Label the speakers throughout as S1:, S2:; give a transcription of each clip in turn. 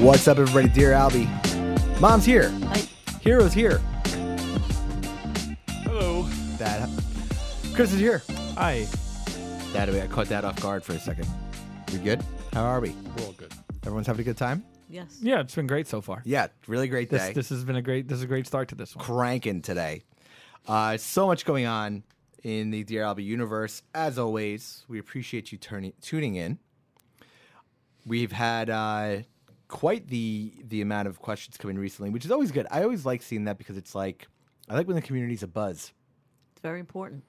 S1: What's up, everybody? Dear Albie, Mom's here. Hero's here.
S2: Hello.
S1: That Chris is here.
S2: Hi.
S1: That I caught that off guard for a second. We good? How are we?
S2: We're all good.
S1: Everyone's having a good time?
S3: Yes.
S2: Yeah, it's been great so far.
S1: Yeah, really great
S2: This
S1: day.
S2: this has been a great this is a great start to this one.
S1: Cranking today. Uh, so much going on in the Dear Albie universe. As always, we appreciate you turning tuning in. We've had uh, quite the the amount of questions coming recently, which is always good. I always like seeing that because it's like I like when the community's a buzz.
S3: It's very important.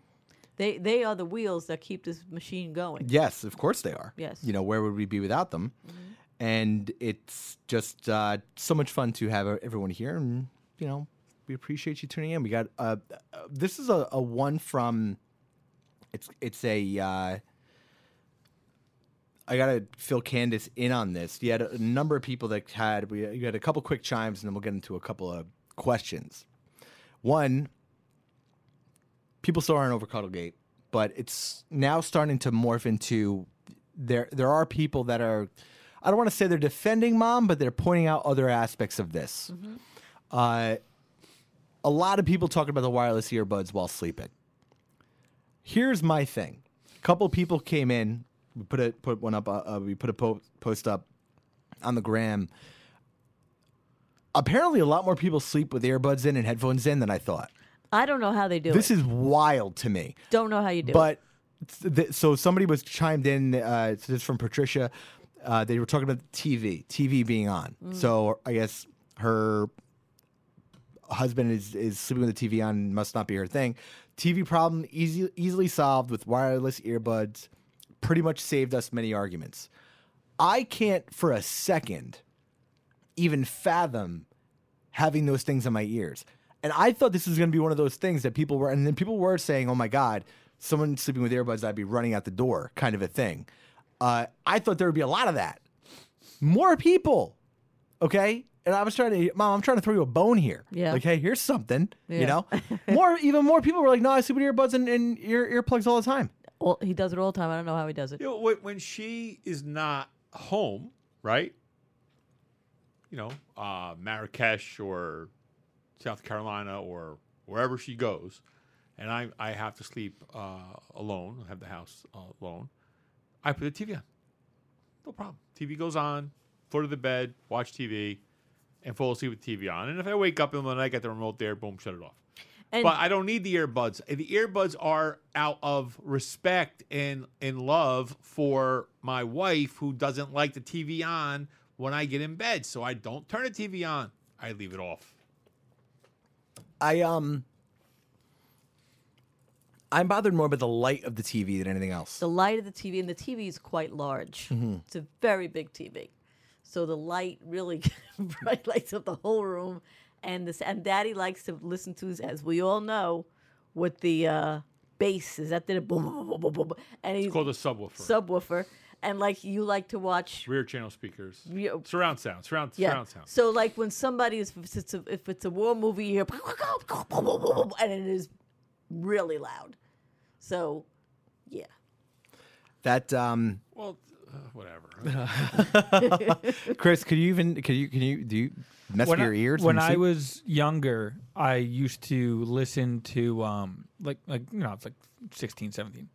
S3: They they are the wheels that keep this machine going.
S1: Yes, of course they are.
S3: Yes.
S1: You know, where would we be without them? And it's just uh, so much fun to have uh, everyone here. And, you know, we appreciate you tuning in. We got uh, uh, this is a, a one from, it's, it's a, uh, I got to fill Candace in on this. You had a number of people that had, we, you had a couple quick chimes and then we'll get into a couple of questions. One, people still aren't over Cuddlegate, but it's now starting to morph into there. There are people that are, I don't want to say they're defending mom, but they're pointing out other aspects of this. Uh, a lot of people talking about the wireless earbuds while sleeping. Here's my thing: a couple people came in. We put a put one up. Uh, uh, we put a po- post up on the gram. Apparently, a lot more people sleep with earbuds in and headphones in than I thought.
S3: I don't know how they do
S1: This
S3: it.
S1: is wild to me.
S3: don't know how you do it.
S1: But th- so somebody was chimed in. Uh, so this is from Patricia. Uh, they were talking about TV, TV being on.
S3: Mm.
S1: So I guess her husband is is sleeping with the TV on. Must not be her thing. TV problem easy, easily solved with wireless earbuds. Pretty much saved us many arguments. I can't for a second even fathom having those things in my ears. And I thought this was going to be one of those things that people were, and then people were saying, oh my God, someone sleeping with earbuds, I'd be running out the door kind of a thing. Uh, I thought there would be a lot of that. More people. Okay. And I was trying to, mom, I'm trying to throw you a bone here.
S3: Yeah.
S1: Like, hey, here's something, you
S3: Yeah.
S1: know? more, even more people were like, no, I sleep with earbuds and, and ear, earplugs all the time.
S3: Well, he does it all the time. I don't know how he does it.
S2: You know, when- when she is not home, right? You know, uh, Marrakesh or South Carolina or wherever she goes, and I I have to sleep uh, alone. I have the house uh, alone. I put the TV on. No problem. TV goes on. Floor to the bed. Watch TV. And fall asleep with TV on. And if I wake up in the middle of the night, I got the remote there, boom, shut it off.
S3: And
S2: but I don't need the earbuds. The earbuds are out of respect and and love for my wife who doesn't like the TV on when I get in bed. So I don't turn the TV on. I leave it off.
S1: I, um, I'm bothered more by the light of the TV than anything else.
S3: the light of the TV and the TV is quite large.
S2: Mm-hmm.
S3: It's a very big TV, so the light really bright lights up the whole room. And this and Daddy likes to listen to, as we all know, with the uh, bass is that the boom, boom, boom, boom, boom, boom, and he's
S2: It's called a subwoofer.
S3: subwoofer. and like you like to watch
S2: Rear channel speakers.
S3: Rear-
S2: Surround sound. Surround
S3: yeah.
S2: surround sound.
S3: So like when somebody is if it's a, if it's a war movie, you hear and it is really loud. So yeah,
S1: That um,
S2: Well, uh, whatever.
S1: Chris, could you even can you can you do you mess with your
S4: I,
S1: ears
S4: when
S1: you
S4: I
S1: sleep?
S4: was younger, I used to listen to um like like you know, it's like 16, 17.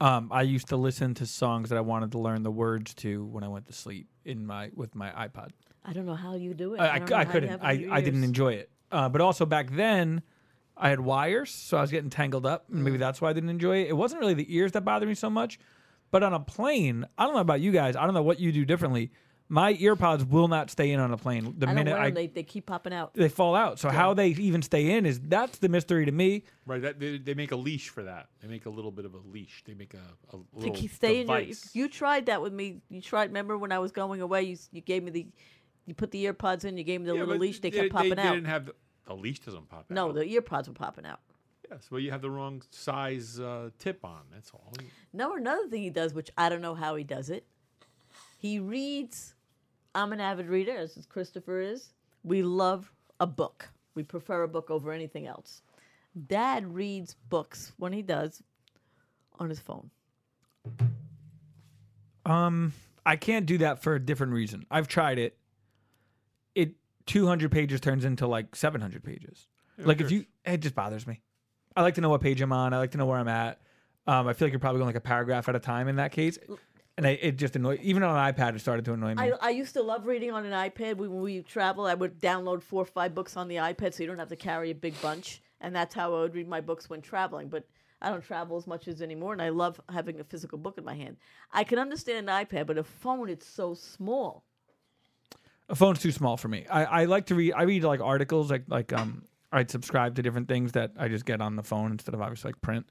S4: Um, I used to listen to songs that I wanted to learn the words to when I went to sleep in my with my iPod.
S3: I don't know how you do it.
S4: I, I,
S3: don't
S4: c-
S3: know
S4: I
S3: how you
S4: couldn't.
S3: have it
S4: I,
S3: in
S4: I didn't
S3: your ears.
S4: enjoy it. Uh, but also back then, I had wires, so I was getting tangled up, and maybe
S3: Mm.
S4: that's why I didn't enjoy it. It wasn't really the ears that bothered me so much, but on a plane, I don't know about you guys. I don't know what you do differently. My ear pods will not stay in on a plane.
S3: I
S4: The
S3: don't
S4: minute
S3: wear
S4: I
S3: 'em, they, they keep popping out.
S4: they fall out. So how they even stay in is that's the mystery to me.
S2: right. That, they, they make a leash for that. They make a little bit of a leash. They make a, a
S3: to
S2: little
S3: keep stay in your,
S2: device.
S3: you tried that with me. You tried. Remember when I was going away? You s- you gave me the, you put the ear pods in. You gave me the
S2: Yeah,
S3: little
S2: but
S3: leash. They,
S2: they,
S3: kept popping
S2: they
S3: out.
S2: didn't have the, the leash doesn't pop
S3: No,
S2: out.
S3: the ear pods were popping out.
S2: Yes, well, you have the wrong size uh, tip on. That's all.
S3: No, another thing he does, which I don't know how he does it. He reads. I'm an avid reader, as is Christopher is. We love a book. We prefer a book over anything else. Dad reads books when he does on his phone.
S4: Um, I can't do that for a different reason. I've tried it. It 200 pages turns into like 700 pages. like if you, it just bothers me. I like to know what page I'm on. I like to know where I'm at. Um, I feel like you're probably going like a paragraph at a time in that case, and I, it just annoys. Even on an iPad, it started to annoy me.
S3: I, I used to love reading on an iPad. We, when we travel, I would download four or five books on the iPad so you don't have to carry a big bunch. And that's how I would read my books when traveling. But I don't travel as much as anymore, and I love having a physical book in my hand. I can understand an iPad, but a phone, it's so small.
S4: a phone's too small for me. I, I like to read. I read like articles, like like um, I subscribe to different things that I just get on the phone instead of obviously like print.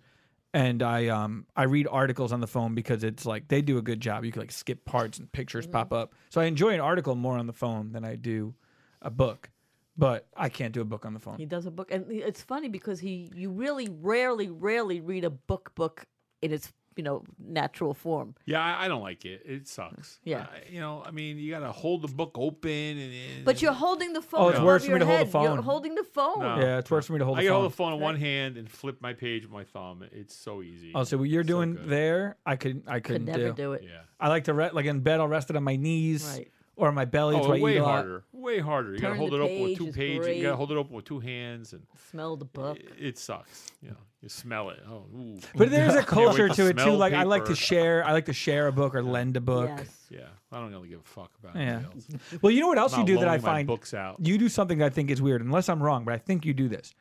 S4: And I um I read articles on the phone because it's like they do a good job. You can like skip parts and pictures
S3: Mm-hmm.
S4: pop up. So I enjoy an article more on the phone than I do a book. But I can't do a book on the phone.
S3: He does a book, and he- it's funny because he you really rarely, rarely read a book book in its you know natural form.
S2: Yeah, I, I don't like it. It sucks.
S3: Yeah.
S2: I- you know, I mean, you gotta hold the book open and. and
S3: But you're holding the phone.
S4: Oh, it's
S3: above
S4: worse for me
S3: your
S4: to hold the
S3: head. You're
S4: phone.
S3: holding the phone.
S2: No.
S4: Yeah, it's worse for me to hold
S2: Oh, I
S4: the
S2: can
S4: phone.
S2: hold the phone in one hand and flip my page with my thumb. It's so easy.
S4: Oh, so what you're
S2: So
S4: doing
S2: good.
S4: there, I could I
S3: Could
S4: couldn't
S3: never
S4: do.
S3: do it.
S2: Yeah.
S4: I like to re- like in bed. I'll rest it on my knees
S3: Right.
S4: or on my belly. It's
S2: Oh,
S4: why I eat
S2: way
S4: a lot.
S2: harder. Way harder. You gotta
S3: Turn
S2: hold
S3: the
S2: it open
S3: page
S2: with two
S3: is
S2: pages. You gotta
S3: great.
S2: hold it open with two hands, and
S3: Smell the book.
S2: it, it sucks. You know, you smell it. Oh, ooh.
S4: But there's a
S2: Can't wait
S4: culture
S2: to
S4: to it too.
S2: smell
S4: Like I like to
S2: paper.
S4: share. I like to share a book or lend a book.
S3: Yes.
S2: Yeah, I don't really give a fuck about
S4: Yeah.
S2: anything else.
S4: Well, you know what else you
S2: Not
S4: do that I
S2: loaning my
S4: find
S2: books out.
S4: You do something I think is weird, unless I'm wrong. But I think you do this.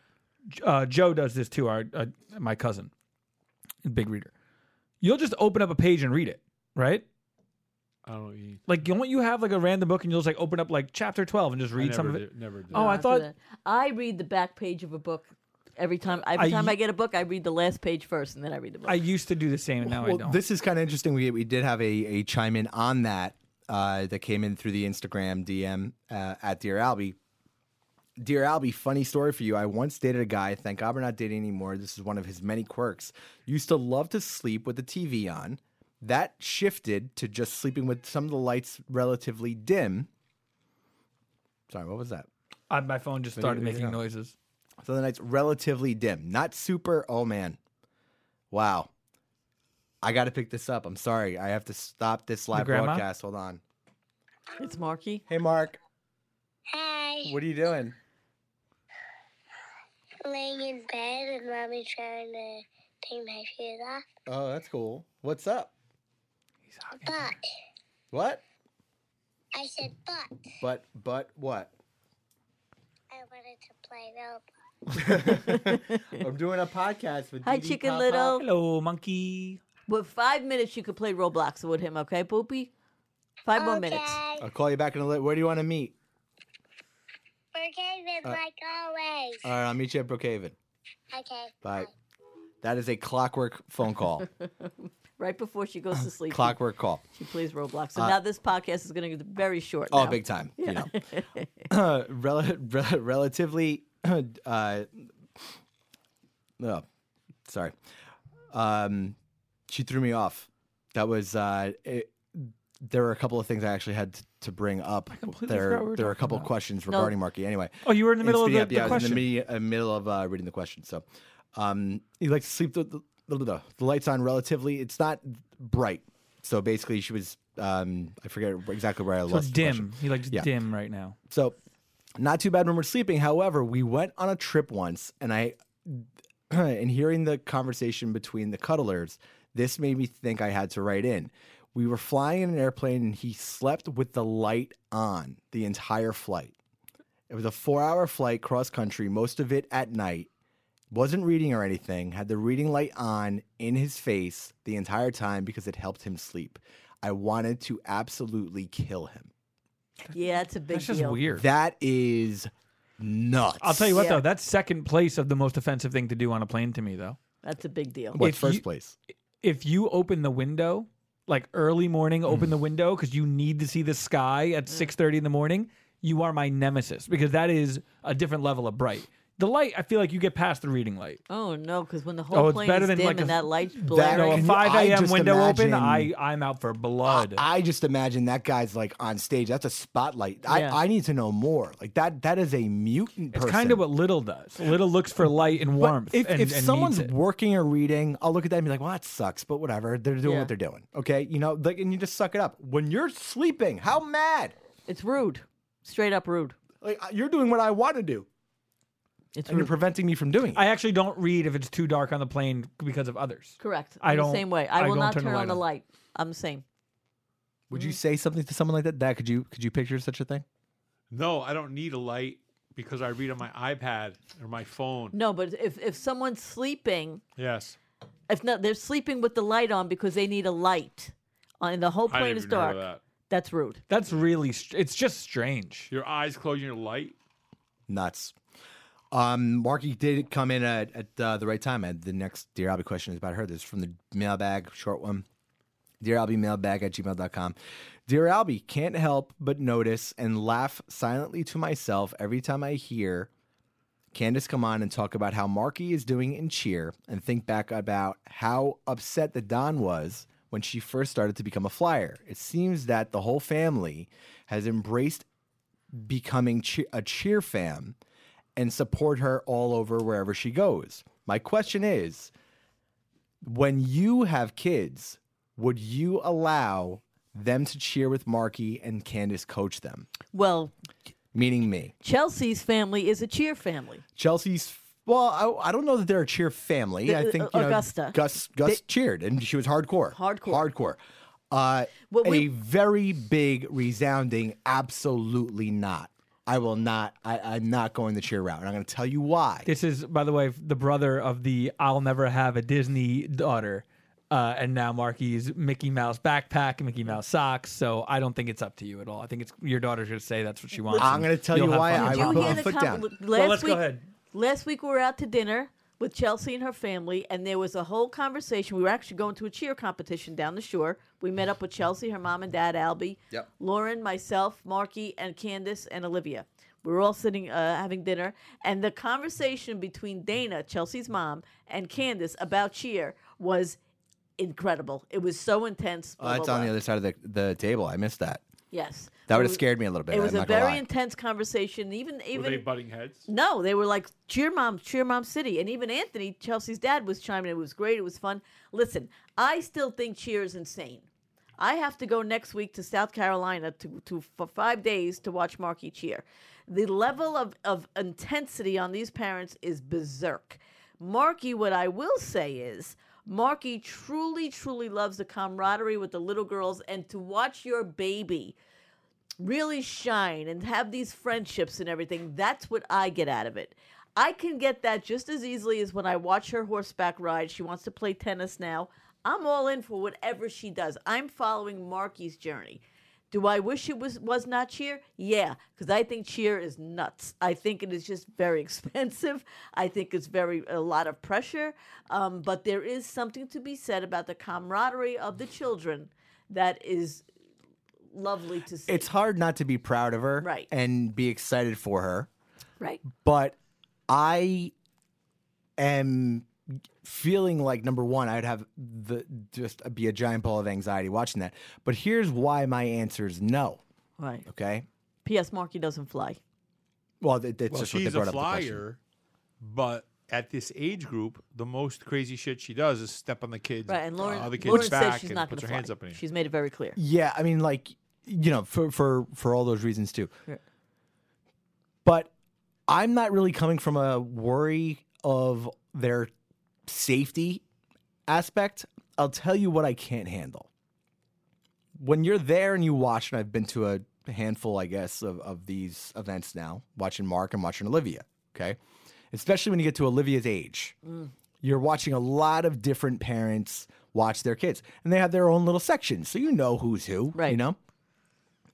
S4: J- Uh, Joe does this too. Our uh, my cousin, big reader. You'll just open up a page and read it, right?
S2: I don't even.
S4: Like don't you have like a random book and you'll just like open up like chapter twelve and just
S2: I
S4: read some of
S2: never
S4: it?
S2: did- Never did.
S4: Oh, I
S3: do
S4: thought
S3: that. I read the back page of a book every time. Every
S4: I
S3: time
S4: u-
S3: I get a book, I read the last page first, and then I read the book.
S4: I used to do the same, and now I
S1: well,
S4: don't.
S1: this is kind of interesting. We we did have a, a chime in on that uh, that came in through the Instagram DM uh, at Dear Albie. Dear Albie, funny story for you. I once dated a guy. Thank God we're not dating anymore. This is one of his many quirks. Used to love to sleep with the TV on. That shifted to just sleeping with some of the lights relatively dim. Sorry, what was that?
S4: I, my phone just started
S1: Video-
S4: making
S1: yeah.
S4: noises.
S1: So the night's relatively dim, not super. Oh man, wow! I got to pick this up. I'm sorry, I have to stop this live
S4: grandma?
S1: broadcast. Hold on.
S3: it's Marky.
S1: Hey, Mark,
S5: Hi.
S1: what are you doing?
S5: Laying in bed and mommy's trying to take my shoes off.
S1: Oh, that's cool. What's up?
S5: But
S1: What?
S5: I said, but
S1: But but what?
S5: I wanted to play Roblox.
S1: I'm doing a podcast with.
S3: Hi,
S1: DD
S3: Chicken
S1: Pop
S3: Little.
S4: Hello, monkey.
S3: With five minutes, you could play Roblox with him. Okay, Poopy. Five more minutes.
S5: Okay.
S1: Pop. I'll call you back in a little. Where do you want to meet?
S5: Brookhaven,
S3: Uh,
S5: like always.
S1: All right, Uh, I'll meet you at Brookhaven.
S5: okay.
S1: Bye. That is a clockwork phone call.
S3: Right before she goes to sleep, she-
S1: clockwork call.
S3: she plays Roblox.
S4: Uh,
S3: So now this podcast is going to get very short.
S1: Oh,
S3: now.
S1: big time. You know. Rel- rel- relatively. Uh, oh, sorry. Um, she threw me off. That was uh, it, there were a couple of things I actually had t- to bring up.
S4: completely
S1: There,
S4: forgot we were
S1: there are a
S4: talking
S1: couple of
S4: about.
S1: questions regarding Marky. Anyway,
S4: Oh, you were in the
S1: and
S4: middle of
S1: speaking
S4: the,
S1: up,
S4: the
S1: yeah, I was
S4: question.
S1: in the, me- uh, middle of uh, reading the question. So, um, he likes to sleep the, the, the, the, the lights on relatively. It's not bright. So basically, she was. Um, I forget exactly where I
S4: so
S1: lost. the question.
S4: dim. He likes
S1: Yeah.
S4: dim right now.
S1: So, not too bad when we're sleeping. However, we went on a trip once, and I, in hearing the conversation between the cuddlers, this made me think I had to write in. We were flying in an airplane, and he slept with the light on the entire flight. It was a four-hour flight cross country, most of it at night. Wasn't reading or anything. Had the reading light on in his face the entire time because it helped him sleep. I wanted to absolutely kill him.
S3: Yeah, it's a big
S4: That's just
S3: deal.
S4: weird.
S1: That is nuts.
S4: I'll tell you what
S3: Yeah.
S4: though, that's second place of the most offensive thing to do on a plane to me though.
S3: That's a big deal.
S1: What's
S4: if
S1: first
S4: you-
S1: place?
S4: If you open the window, like early morning, open
S1: Mm.
S4: the window because you need to see the sky at six thirty in the morning. You are my nemesis because that is a different level of bright. The light, I feel like you get past the reading light.
S3: Oh no, because when the whole
S4: Oh, it's
S3: plane
S4: better
S3: is
S4: than,
S3: dim
S4: like,
S3: and
S4: a-
S3: that light's
S4: You know,
S3: blaring,
S4: a
S1: Can you-
S4: five
S1: I
S4: a.m.
S1: just
S4: window open,
S1: imagine-
S4: I I'm out for blood.
S1: I just imagine that guy's like on stage. That's a spotlight.
S3: Yeah.
S1: I, I need to know more. Like that. That is a mutant
S4: it's
S1: person.
S4: kind of what Little does. Little looks for light and
S1: But
S4: warmth.
S1: If,
S4: and,
S1: if
S4: and
S1: someone's
S4: needs it.
S1: working or reading, I'll look at that and be like, "Well, that sucks," but whatever. They're doing
S3: Yeah.
S1: what they're doing. Okay, you know, like, and you just suck it up. When you're sleeping, how mad?
S3: it's rude. Straight up rude.
S1: Like I- you're doing what I want to do,
S3: It's
S1: and you're
S3: rude.
S1: preventing me from doing it.
S4: I actually don't read if it's too dark on the plane because of others.
S3: Correct.
S4: I
S3: I'm
S4: don't-
S3: the same way. I,
S4: I
S3: will
S4: don't
S3: not
S4: turn
S3: turn,
S4: the light
S3: on the
S4: on.
S3: light. I'm the same.
S1: Would you say something to someone like that? That could you could you picture such a thing?
S2: No, I don't need a light because I read on my iPad or my phone.
S3: No, but if if someone's sleeping,
S2: Yes.
S3: if not, they're sleeping with the light on because they need a light, uh, and the whole
S2: I
S3: plane
S2: didn't
S3: is
S2: even know
S3: dark.
S2: that.
S3: That's rude.
S4: That's really, str- it's just strange.
S2: Your eyes closed, your light.
S1: Nuts. Um, Marky did come in at, at uh, the right time. And the next Dear Albie question is about her. This is from the mailbag, short one. Dear Albie, mailbag at gmail.com. Dear Albie, can't help but notice and laugh silently to myself every time I hear Candace come on and talk about how Marky is doing in cheer and think back about how upset the Don was when she first started to become a flyer. It seems that the whole family has embraced becoming che- a cheer fam and support her all over wherever she goes. My question is when you have kids, would you allow them to cheer with Marky and Candace coach them?
S3: Well,
S1: Meaning me.
S3: Chelsea's family is a cheer family.
S1: Chelsea's. Well, I, I don't know that they're a cheer family.
S3: The- uh,
S1: I think you know,
S3: Augusta.
S1: Gus Gus cheered, and she was hardcore.
S3: Hardcore.
S1: Hardcore. Uh,
S3: Well,
S1: a
S3: we-
S1: very big, resounding, absolutely not. I will not. I, I'm not going the cheer route, and I'm going to tell you why.
S4: This is, by the way, the brother of the I'll never have a Disney daughter. Uh, and now Marky's Mickey Mouse backpack, Mickey
S3: Mm.
S4: Mouse socks. So I don't think it's up to you at all. I think it's your daughter's going to say that's what she wants.
S1: I'm gonna tell you why I
S3: Did you
S1: will
S3: hear
S1: put my
S3: the
S1: foot
S3: com-
S1: down.
S3: l- Last
S4: Well, let's go
S3: week,
S4: ahead.
S3: Last week we were out to dinner with Chelsea and her family, and there was a whole conversation. We were actually going to a cheer competition down the shore. We met up with Chelsea, her mom and dad, Albie,
S1: Yep.
S3: Lauren, myself, Marky, and Candace and Olivia. We were all sitting uh, having dinner, and the conversation between Dana, Chelsea's mom, and Candace about cheer was incredible. It was so intense. blah,
S1: Uh, it's
S3: blah,
S1: on the
S3: blah.
S1: other side of the, the table. I missed that.
S3: Yes,
S1: That
S3: It
S1: would have
S3: was-
S1: scared me a little bit.
S3: It was
S1: I'm
S3: a
S1: not gonna
S3: very
S1: lie.
S3: intense conversation. Even even
S2: Were they butting heads?
S3: no, they were like cheer mom, cheer mom city, and even Anthony Chelsea's dad was chiming. in. It was great. It was fun. Listen, I still think cheer is insane. I have to go next week to South Carolina to, to for five days to watch Marky cheer. The level of, of intensity on these parents is berserk. Marky, what I will say is, Marky truly, truly loves the camaraderie with the little girls, and to watch your baby really shine and have these friendships and everything. That's what I get out of it. I can get that just as easily as when I watch her horseback ride. She wants to play tennis now. I'm all in for whatever she does. I'm following Marky's journey. Do I wish it was was not cheer? Yeah, because I think cheer is nuts. I think it is just very expensive. I think it's very a lot of pressure. Um, but there is something to be said about the camaraderie of the children that is lovely to see.
S1: It's hard not to be proud of her
S3: Right.
S1: and be excited for her,
S3: Right.
S1: but I am feeling like number one, I'd have the just be a giant ball of anxiety watching that. But here's why my answer is no.
S3: Right.
S1: Okay.
S3: P.S. Marky doesn't fly.
S1: Well, that, that's
S2: Well,
S1: just what they
S2: she's a
S1: brought up. the question.
S2: flyer, but at this age group, the most crazy shit she does is step on the kids,
S3: Right. And Lauren,
S2: uh, other kids
S3: Lauren
S2: back
S3: says she's
S2: and
S3: not going
S2: puts
S3: to
S2: her
S3: fly.
S2: hands up in the air.
S3: She's made it very clear.
S1: Yeah, I mean, like you know, for for for all those reasons too.
S3: Yeah.
S1: But I'm not really coming from a worry of their safety aspect. I'll tell you what I can't handle. When you're there and you watch, and I've been to a handful, I guess, of, of these events now, watching Mark and watching Olivia. Okay. Especially when you get to Olivia's age you're watching a lot of different parents watch their kids and they have their own little sections so you know who's who you
S3: Right.
S1: know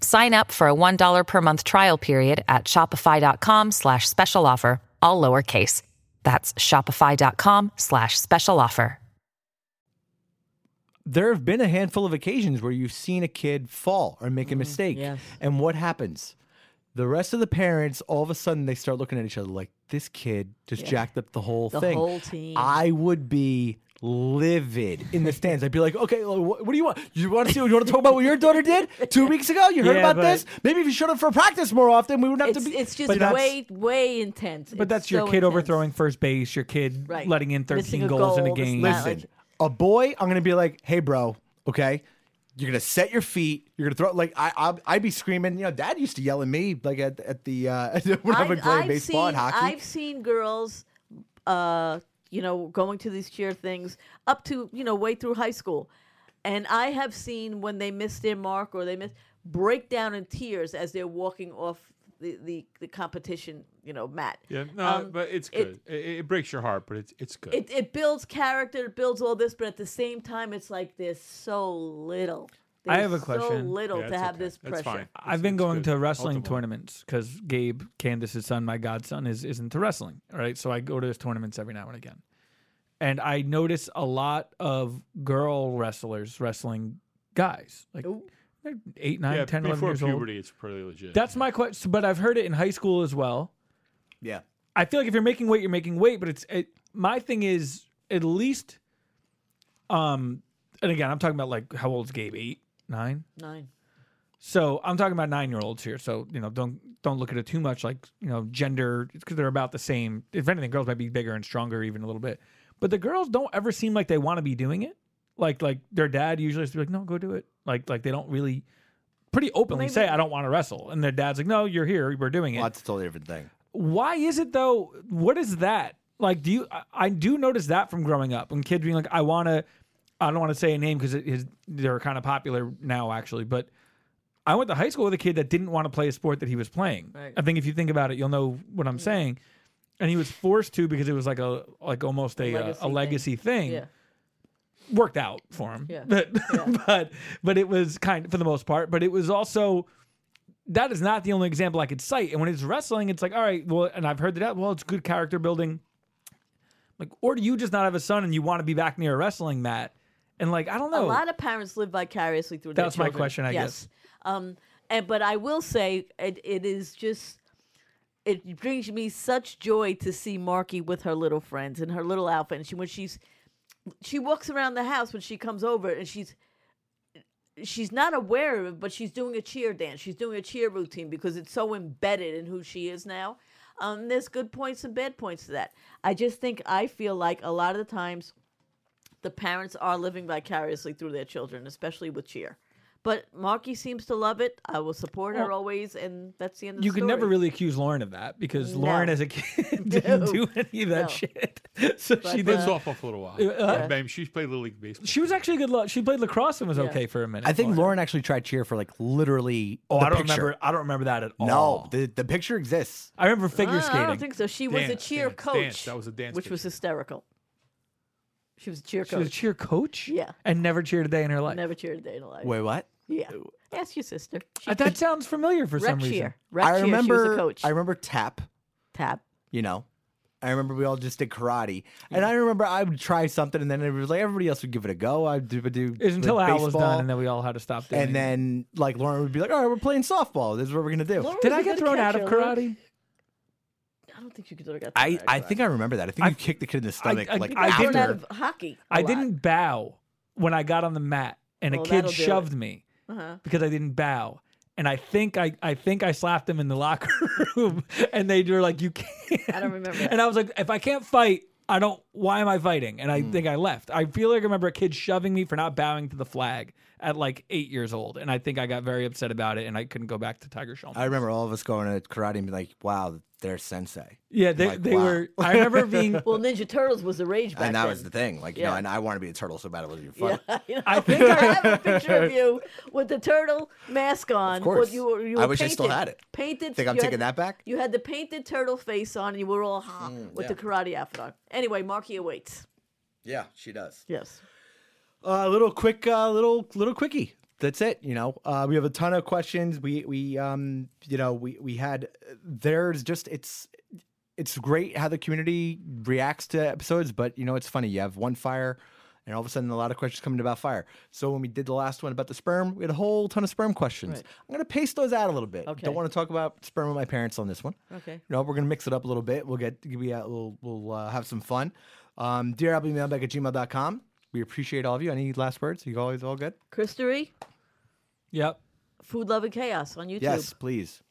S6: Sign up for a $1 per month trial period at shopify.com slash special offer, all lowercase. That's shopify.com slash special offer.
S1: there have been a handful of occasions where you've seen a kid fall or make a mistake
S3: Mm-hmm. yes.
S1: and what happens the rest of the parents all of a sudden they start looking at each other like this kid just jacked up the whole
S3: The
S1: thing
S3: whole team.
S1: i would be livid in the stands i'd be like okay well, wh- what do you want you want to see you want to talk about what your daughter did two weeks ago you heard
S4: Yeah,
S1: about
S4: but-
S1: this maybe if you showed up for practice more often we wouldn't have
S3: It's,
S1: to be
S3: it's just
S4: But that's-
S3: way, way intense.
S4: But
S3: It's
S4: that's your
S3: so
S4: kid
S3: intense.
S4: overthrowing first base, your kid
S3: Right.
S4: letting in
S3: Missing
S4: 13
S3: a
S4: goals in a
S3: goal, this and
S4: game.
S3: that,
S1: Listen,
S3: like-
S1: a boy, I'm gonna be like, hey, bro, okay, you're gonna set your feet. You're gonna throw like I I'd, I'd be screaming. You know, Dad used to yell at me like at, at the uh, when I
S3: I've,
S1: would play
S3: I've
S1: baseball
S3: seen,
S1: and hockey.
S3: I've seen girls, uh, you know, going to these cheer things up to you know way through high school, and I have seen when they miss their mark or they miss break down in tears as they're walking off the the, the competition, you know, mat.
S2: Yeah, no,
S3: Um,
S2: but it's good.
S3: it-
S2: It, it, breaks your heart, but it's it's good.
S3: It, it builds character, it builds all this, but at the same time, it's like there's so little.
S4: I have
S3: There's
S4: a question.
S3: So little
S2: Yeah,
S3: to
S2: it's
S3: have
S2: okay.
S3: this
S2: That's
S3: pressure.
S2: fine. It's-
S4: I've been
S2: it's
S4: going
S2: good.
S4: to wrestling
S2: Ultimately.
S4: tournaments because Gabe, Candace's son, my godson, is is into wrestling. All right, so I go to his tournaments every now and again, and I notice a lot of girl wrestlers wrestling guys, like they're eight, nine,
S2: Yeah,
S4: 10, 11
S2: before
S4: years
S2: puberty,
S4: old.
S2: it's pretty legit.
S4: That's my question, but I've heard it in high school as well.
S1: yeah,
S4: I feel like if you're making weight, you're making weight. But it's it, my thing is at least, um, and again, I'm talking about like how old's Gabe? Eight, nine.
S3: Nine.
S4: So I'm talking about nine year olds here. So you know, don't don't look at it too much like you know gender because they're about the same. If anything, girls might be bigger and stronger even a little bit. But the girls don't ever seem like they want to be doing it. Like like their dad usually has to be like, no, go do it. Like like they don't really pretty openly say I don't want to wrestle, and their dad's like, no, you're here, we're doing it.
S1: well, that's a totally different thing.
S4: Why is it though? What is that? Like, do you? I, I do notice that from growing up, when kids being like, I want to. I don't want to say a name because is they're kind of popular now, actually, but. I went to high school with a kid that didn't want to play a sport that he was playing.
S3: Right.
S4: I think if you think about it, you'll know what I'm saying. And he was forced to because it was like a like almost a uh, a,
S3: Legacy thing.
S4: legacy thing.
S3: Yeah.
S4: Worked out for him,
S3: Yeah.
S4: but but but it was kind for the most part. But it was also that is not the only example I could cite. And when it's wrestling, it's like all right, well, and I've heard that well, it's good character building. Like, or do you just not have a son and you want to be back near a wrestling mat? And like, I don't know.
S3: A lot of parents live vicariously through
S4: That's Oh. my
S3: their children.
S4: question, I
S3: yes. Um, and but I will say it, it is just it brings me such joy to see Marky with her little friends and her little outfit. And she when she's she walks around the house when she comes over and she's she's not aware of it, but she's doing a cheer dance. She's doing a cheer routine because it's so embedded in who she is now. Um, there's good points and bad points to that. I just think I feel like a lot of the times the parents are living vicariously through their children, especially with cheer. But Marky seems to love it. I will support her
S4: Well,
S3: always, and that's the end of
S4: You
S3: the
S4: can
S3: story.
S4: never really accuse Lauren of that because
S3: No.
S4: Lauren, as a kid, didn't
S3: No.
S4: do any of that
S3: No.
S4: shit. So
S2: But,
S4: she
S2: uh,
S4: did
S2: softball for a little while. Yeah, babe, she's played little league baseball.
S4: She was actually a good. Lo- she played lacrosse and was okay for a minute.
S1: I think Lauren actually tried cheer for like literally.
S4: Oh,
S1: the
S4: I don't
S1: picture.
S4: remember. I don't remember that at all.
S1: No, the, the picture exists.
S4: I remember figure
S3: Ah,
S4: skating.
S3: I don't think so. She was a
S4: Dance,
S3: cheer
S4: dance,
S3: coach.
S4: dance. That was a dance
S3: which was hysterical. She was a cheer
S4: She
S3: coach.
S4: was a cheer coach.
S3: Yeah.
S4: and never cheered a day in her life.
S3: Never cheered a day in her life.
S4: Wait, what?
S3: Yeah. Ask your sister. She-
S4: Uh, that sounds familiar for
S3: Rec
S4: some reason.
S3: cheer. Rec
S1: I
S3: cheer, she was a
S1: remember.
S3: coach.
S1: I remember tap.
S3: Tap.
S1: You know, I remember we all just did karate, and I remember I would try something, and then it was like everybody else would give it a go. I'd do, do
S4: It was until
S1: like,
S4: Al was
S1: baseball,
S4: done, and then we all had to stop doing
S1: and
S4: it.
S1: then like Lauren would be like, "All right, we're playing softball. This is what we're gonna do."
S3: Lauren Did was I a get good thrown out of catcher, Lauren. karate? I don't think you could ever get.
S1: I,
S3: that
S1: I
S3: back.
S1: think I remember that. I think you kicked the kid in the stomach.
S4: I-
S1: like
S4: I
S3: Got thrown
S4: didn't-
S3: out of hockey. I
S4: I didn't bow when I got on the mat, and
S3: Well,
S4: a
S3: that'll
S4: kid
S3: do it.
S4: shoved me
S3: Uh-huh.
S4: because I didn't bow. And I think I, I think I slapped him in the locker room, and they were like, "You can't."
S3: I don't remember.
S4: And I was like, "If I can't fight, I don't. Why am I fighting?" And I
S1: Hmm.
S4: think I left. I feel like I remember a kid shoving me for not bowing to the flag at like eight years old, and I think I got very upset about it, and I couldn't go back to Tiger Schulman.
S1: I remember all of us going to karate and be like, "Wow, they're sensei."
S4: Yeah, they,
S1: Like,
S4: they
S1: wow.
S4: were. I remember being.
S3: well, Ninja Turtles was a rage back
S1: and that
S3: then.
S1: was the thing. Like, you know,
S3: Yeah.
S1: and I want to be a turtle so bad it wasn't even funny.
S3: Yeah, you know,
S4: I
S3: I
S4: think
S3: think
S4: I-
S3: I have a picture of you with the turtle mask on.
S1: Of course.
S3: With you, were- you
S1: I
S3: were
S1: wish I
S3: painted,
S1: still had it.
S3: Painted.
S1: Think I'm
S3: you had
S1: taking
S3: the-
S1: that back? Mm,
S3: You had the painted turtle face on, and you were all ha with the
S1: yeah.
S3: karate outfit on. Anyway, Marky awaits.
S1: Yeah, she does.
S3: Yes.
S1: A little quick, uh, little little quickie. That's it. You know, uh, we have a ton of questions. We we um you know we we had there's just it's it's great how the community reacts to episodes, but you know it's funny. You have one fire, and all of a sudden a lot of questions coming about fire. So when we did the last one about the sperm, we had a whole ton of sperm questions.
S3: Right.
S1: I'm gonna pace those out a little bit.
S3: Okay.
S1: Don't want to talk about sperm with my parents on this one.
S3: Okay.
S1: You know, we're gonna mix it up a little bit. We'll get we uh, we'll we'll uh, have some fun. Um, dear mailbag at gmail.com. We appreciate all of you. Any last words? You always all good?
S3: Christery,
S4: Yep.
S3: Food, Love, and Chaos on YouTube.
S1: Yes, please.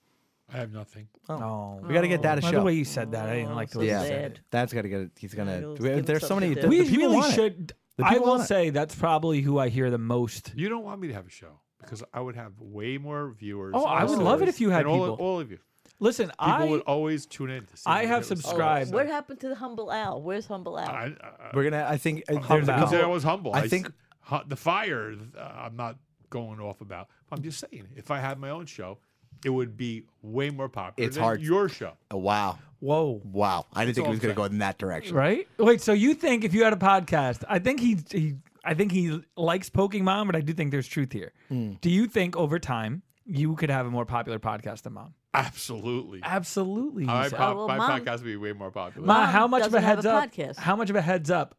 S2: I have nothing.
S4: Oh,
S1: Um, We gotta get that a
S4: By
S1: show.
S4: the way you said that, I didn't like the way
S1: yeah,
S4: you said it.
S1: that's gotta get it. He's gonna.
S3: He'll
S1: we-
S3: give him
S1: there's so
S3: something
S1: many. the-
S3: to do.
S4: We
S1: the people
S4: really
S1: want it.
S4: should.
S1: The
S4: I
S1: people
S4: will
S1: want it.
S4: say that's probably who I hear the most.
S2: You don't want me to have a show because I would have way more viewers.
S4: Oh, I would
S2: listeners,
S4: love it if you had
S2: and all,
S4: people.
S2: all of you.
S4: Listen,
S2: People
S4: I
S2: would always tune in. To see
S4: I
S2: what
S4: have
S2: it was.
S3: Oh,
S4: subscribed.
S3: what happened to the humble owl? Where's humble owl?
S2: I,
S1: We're gonna. I think uh,
S4: There's
S1: there's
S4: a
S1: a
S4: couple-
S2: I, I,
S1: couple.
S2: Oh. I was humble.
S1: I
S2: s-
S1: think-
S2: hu- the fire. uh, I'm not going off about. I'm just saying, if I had my own show, it would be way more popular.
S1: It's
S2: than
S1: hard.
S2: Your show.
S1: Oh, wow,
S4: whoa,
S1: wow. I didn't think
S2: all
S1: it was gonna
S2: I'm
S1: go in that direction.
S4: right? Wait, so you think if you had a podcast, I think he he I think he likes poking mom, but I do think there's truth here. Do you think over time you could have a more popular podcast than mom?
S2: Absolutely.
S4: Absolutely.
S2: My,
S4: you said. "Oh,
S2: po-
S3: well,
S2: my
S3: Mom-
S2: podcast would be way more popular.
S4: Ma,
S3: Mom
S4: how much of a
S3: doesn't have
S4: heads
S3: a
S4: up?
S3: podcast.
S4: How much of a heads up?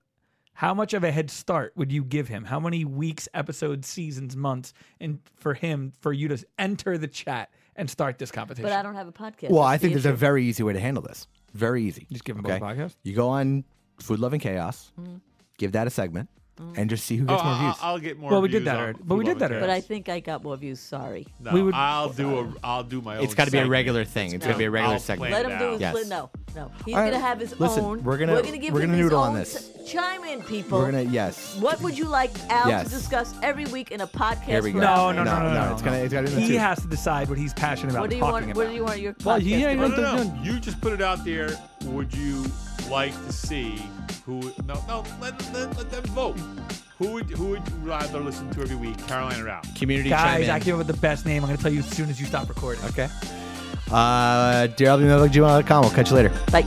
S4: How much of a head start would you give him? How many weeks, episodes, seasons, months, and for him for you to enter the chat and start this competition?
S3: but I don't have a podcast.
S1: Well,
S3: That's
S1: I
S3: the
S1: think there's a
S3: issue.
S1: very easy way to handle this. Very easy.
S4: Just give 'em both
S1: okay?
S4: podcasts?
S1: You go on Food Love and Chaos, give that a segment, and just see who
S2: Oh,
S1: gets more
S2: I-
S1: views.
S2: I'll, I'll get more.
S4: Well, we did
S2: views
S4: that
S2: on
S4: already- but we
S2: Love
S4: did
S2: and
S4: that
S2: Chaos.
S3: But I think I got more views. Sorry.
S2: No,
S4: We would-
S2: I'll do a. I'll do my own.
S1: it's got to be a
S2: segment.
S1: regular thing. It's got to be a regular
S2: I'll
S1: segment.
S2: plan
S3: Let him do
S2: out.
S3: his
S1: Yes.
S3: li- no, no. He's
S1: All right,
S3: gonna have his
S1: listen,
S3: own.
S1: we're gonna-
S3: give
S1: we're
S3: him
S1: gonna
S3: his
S1: noodle on
S3: own
S1: this.
S3: s- Chime in, people.
S1: We're gonna yes.
S3: What would you like Al
S1: Yes.
S3: to discuss every week in a podcast?
S1: Here we
S3: for
S1: go.
S4: No,
S3: Al?
S4: no, no, no, no,
S1: It's gonna it's gotta be in the
S4: he
S1: two.
S4: has to decide what he's passionate about.
S3: What do you
S4: talking
S3: want?
S4: About.
S3: What do you want your podcast?
S4: Well, you- yeah,
S3: to
S2: No,
S3: be?
S4: Dun,
S2: no,
S4: dun,
S2: no. You just put it out there. Would you like to see who? No, no. Let, let, let them vote. Who would who would you rather listen to every week, Caroline or Al?
S1: community
S4: Guys,
S1: chime in.
S4: I came up with the best name. I'm going to tell you as soon as you stop recording.
S1: okay. Uh, dear We'll catch you later.
S3: Like.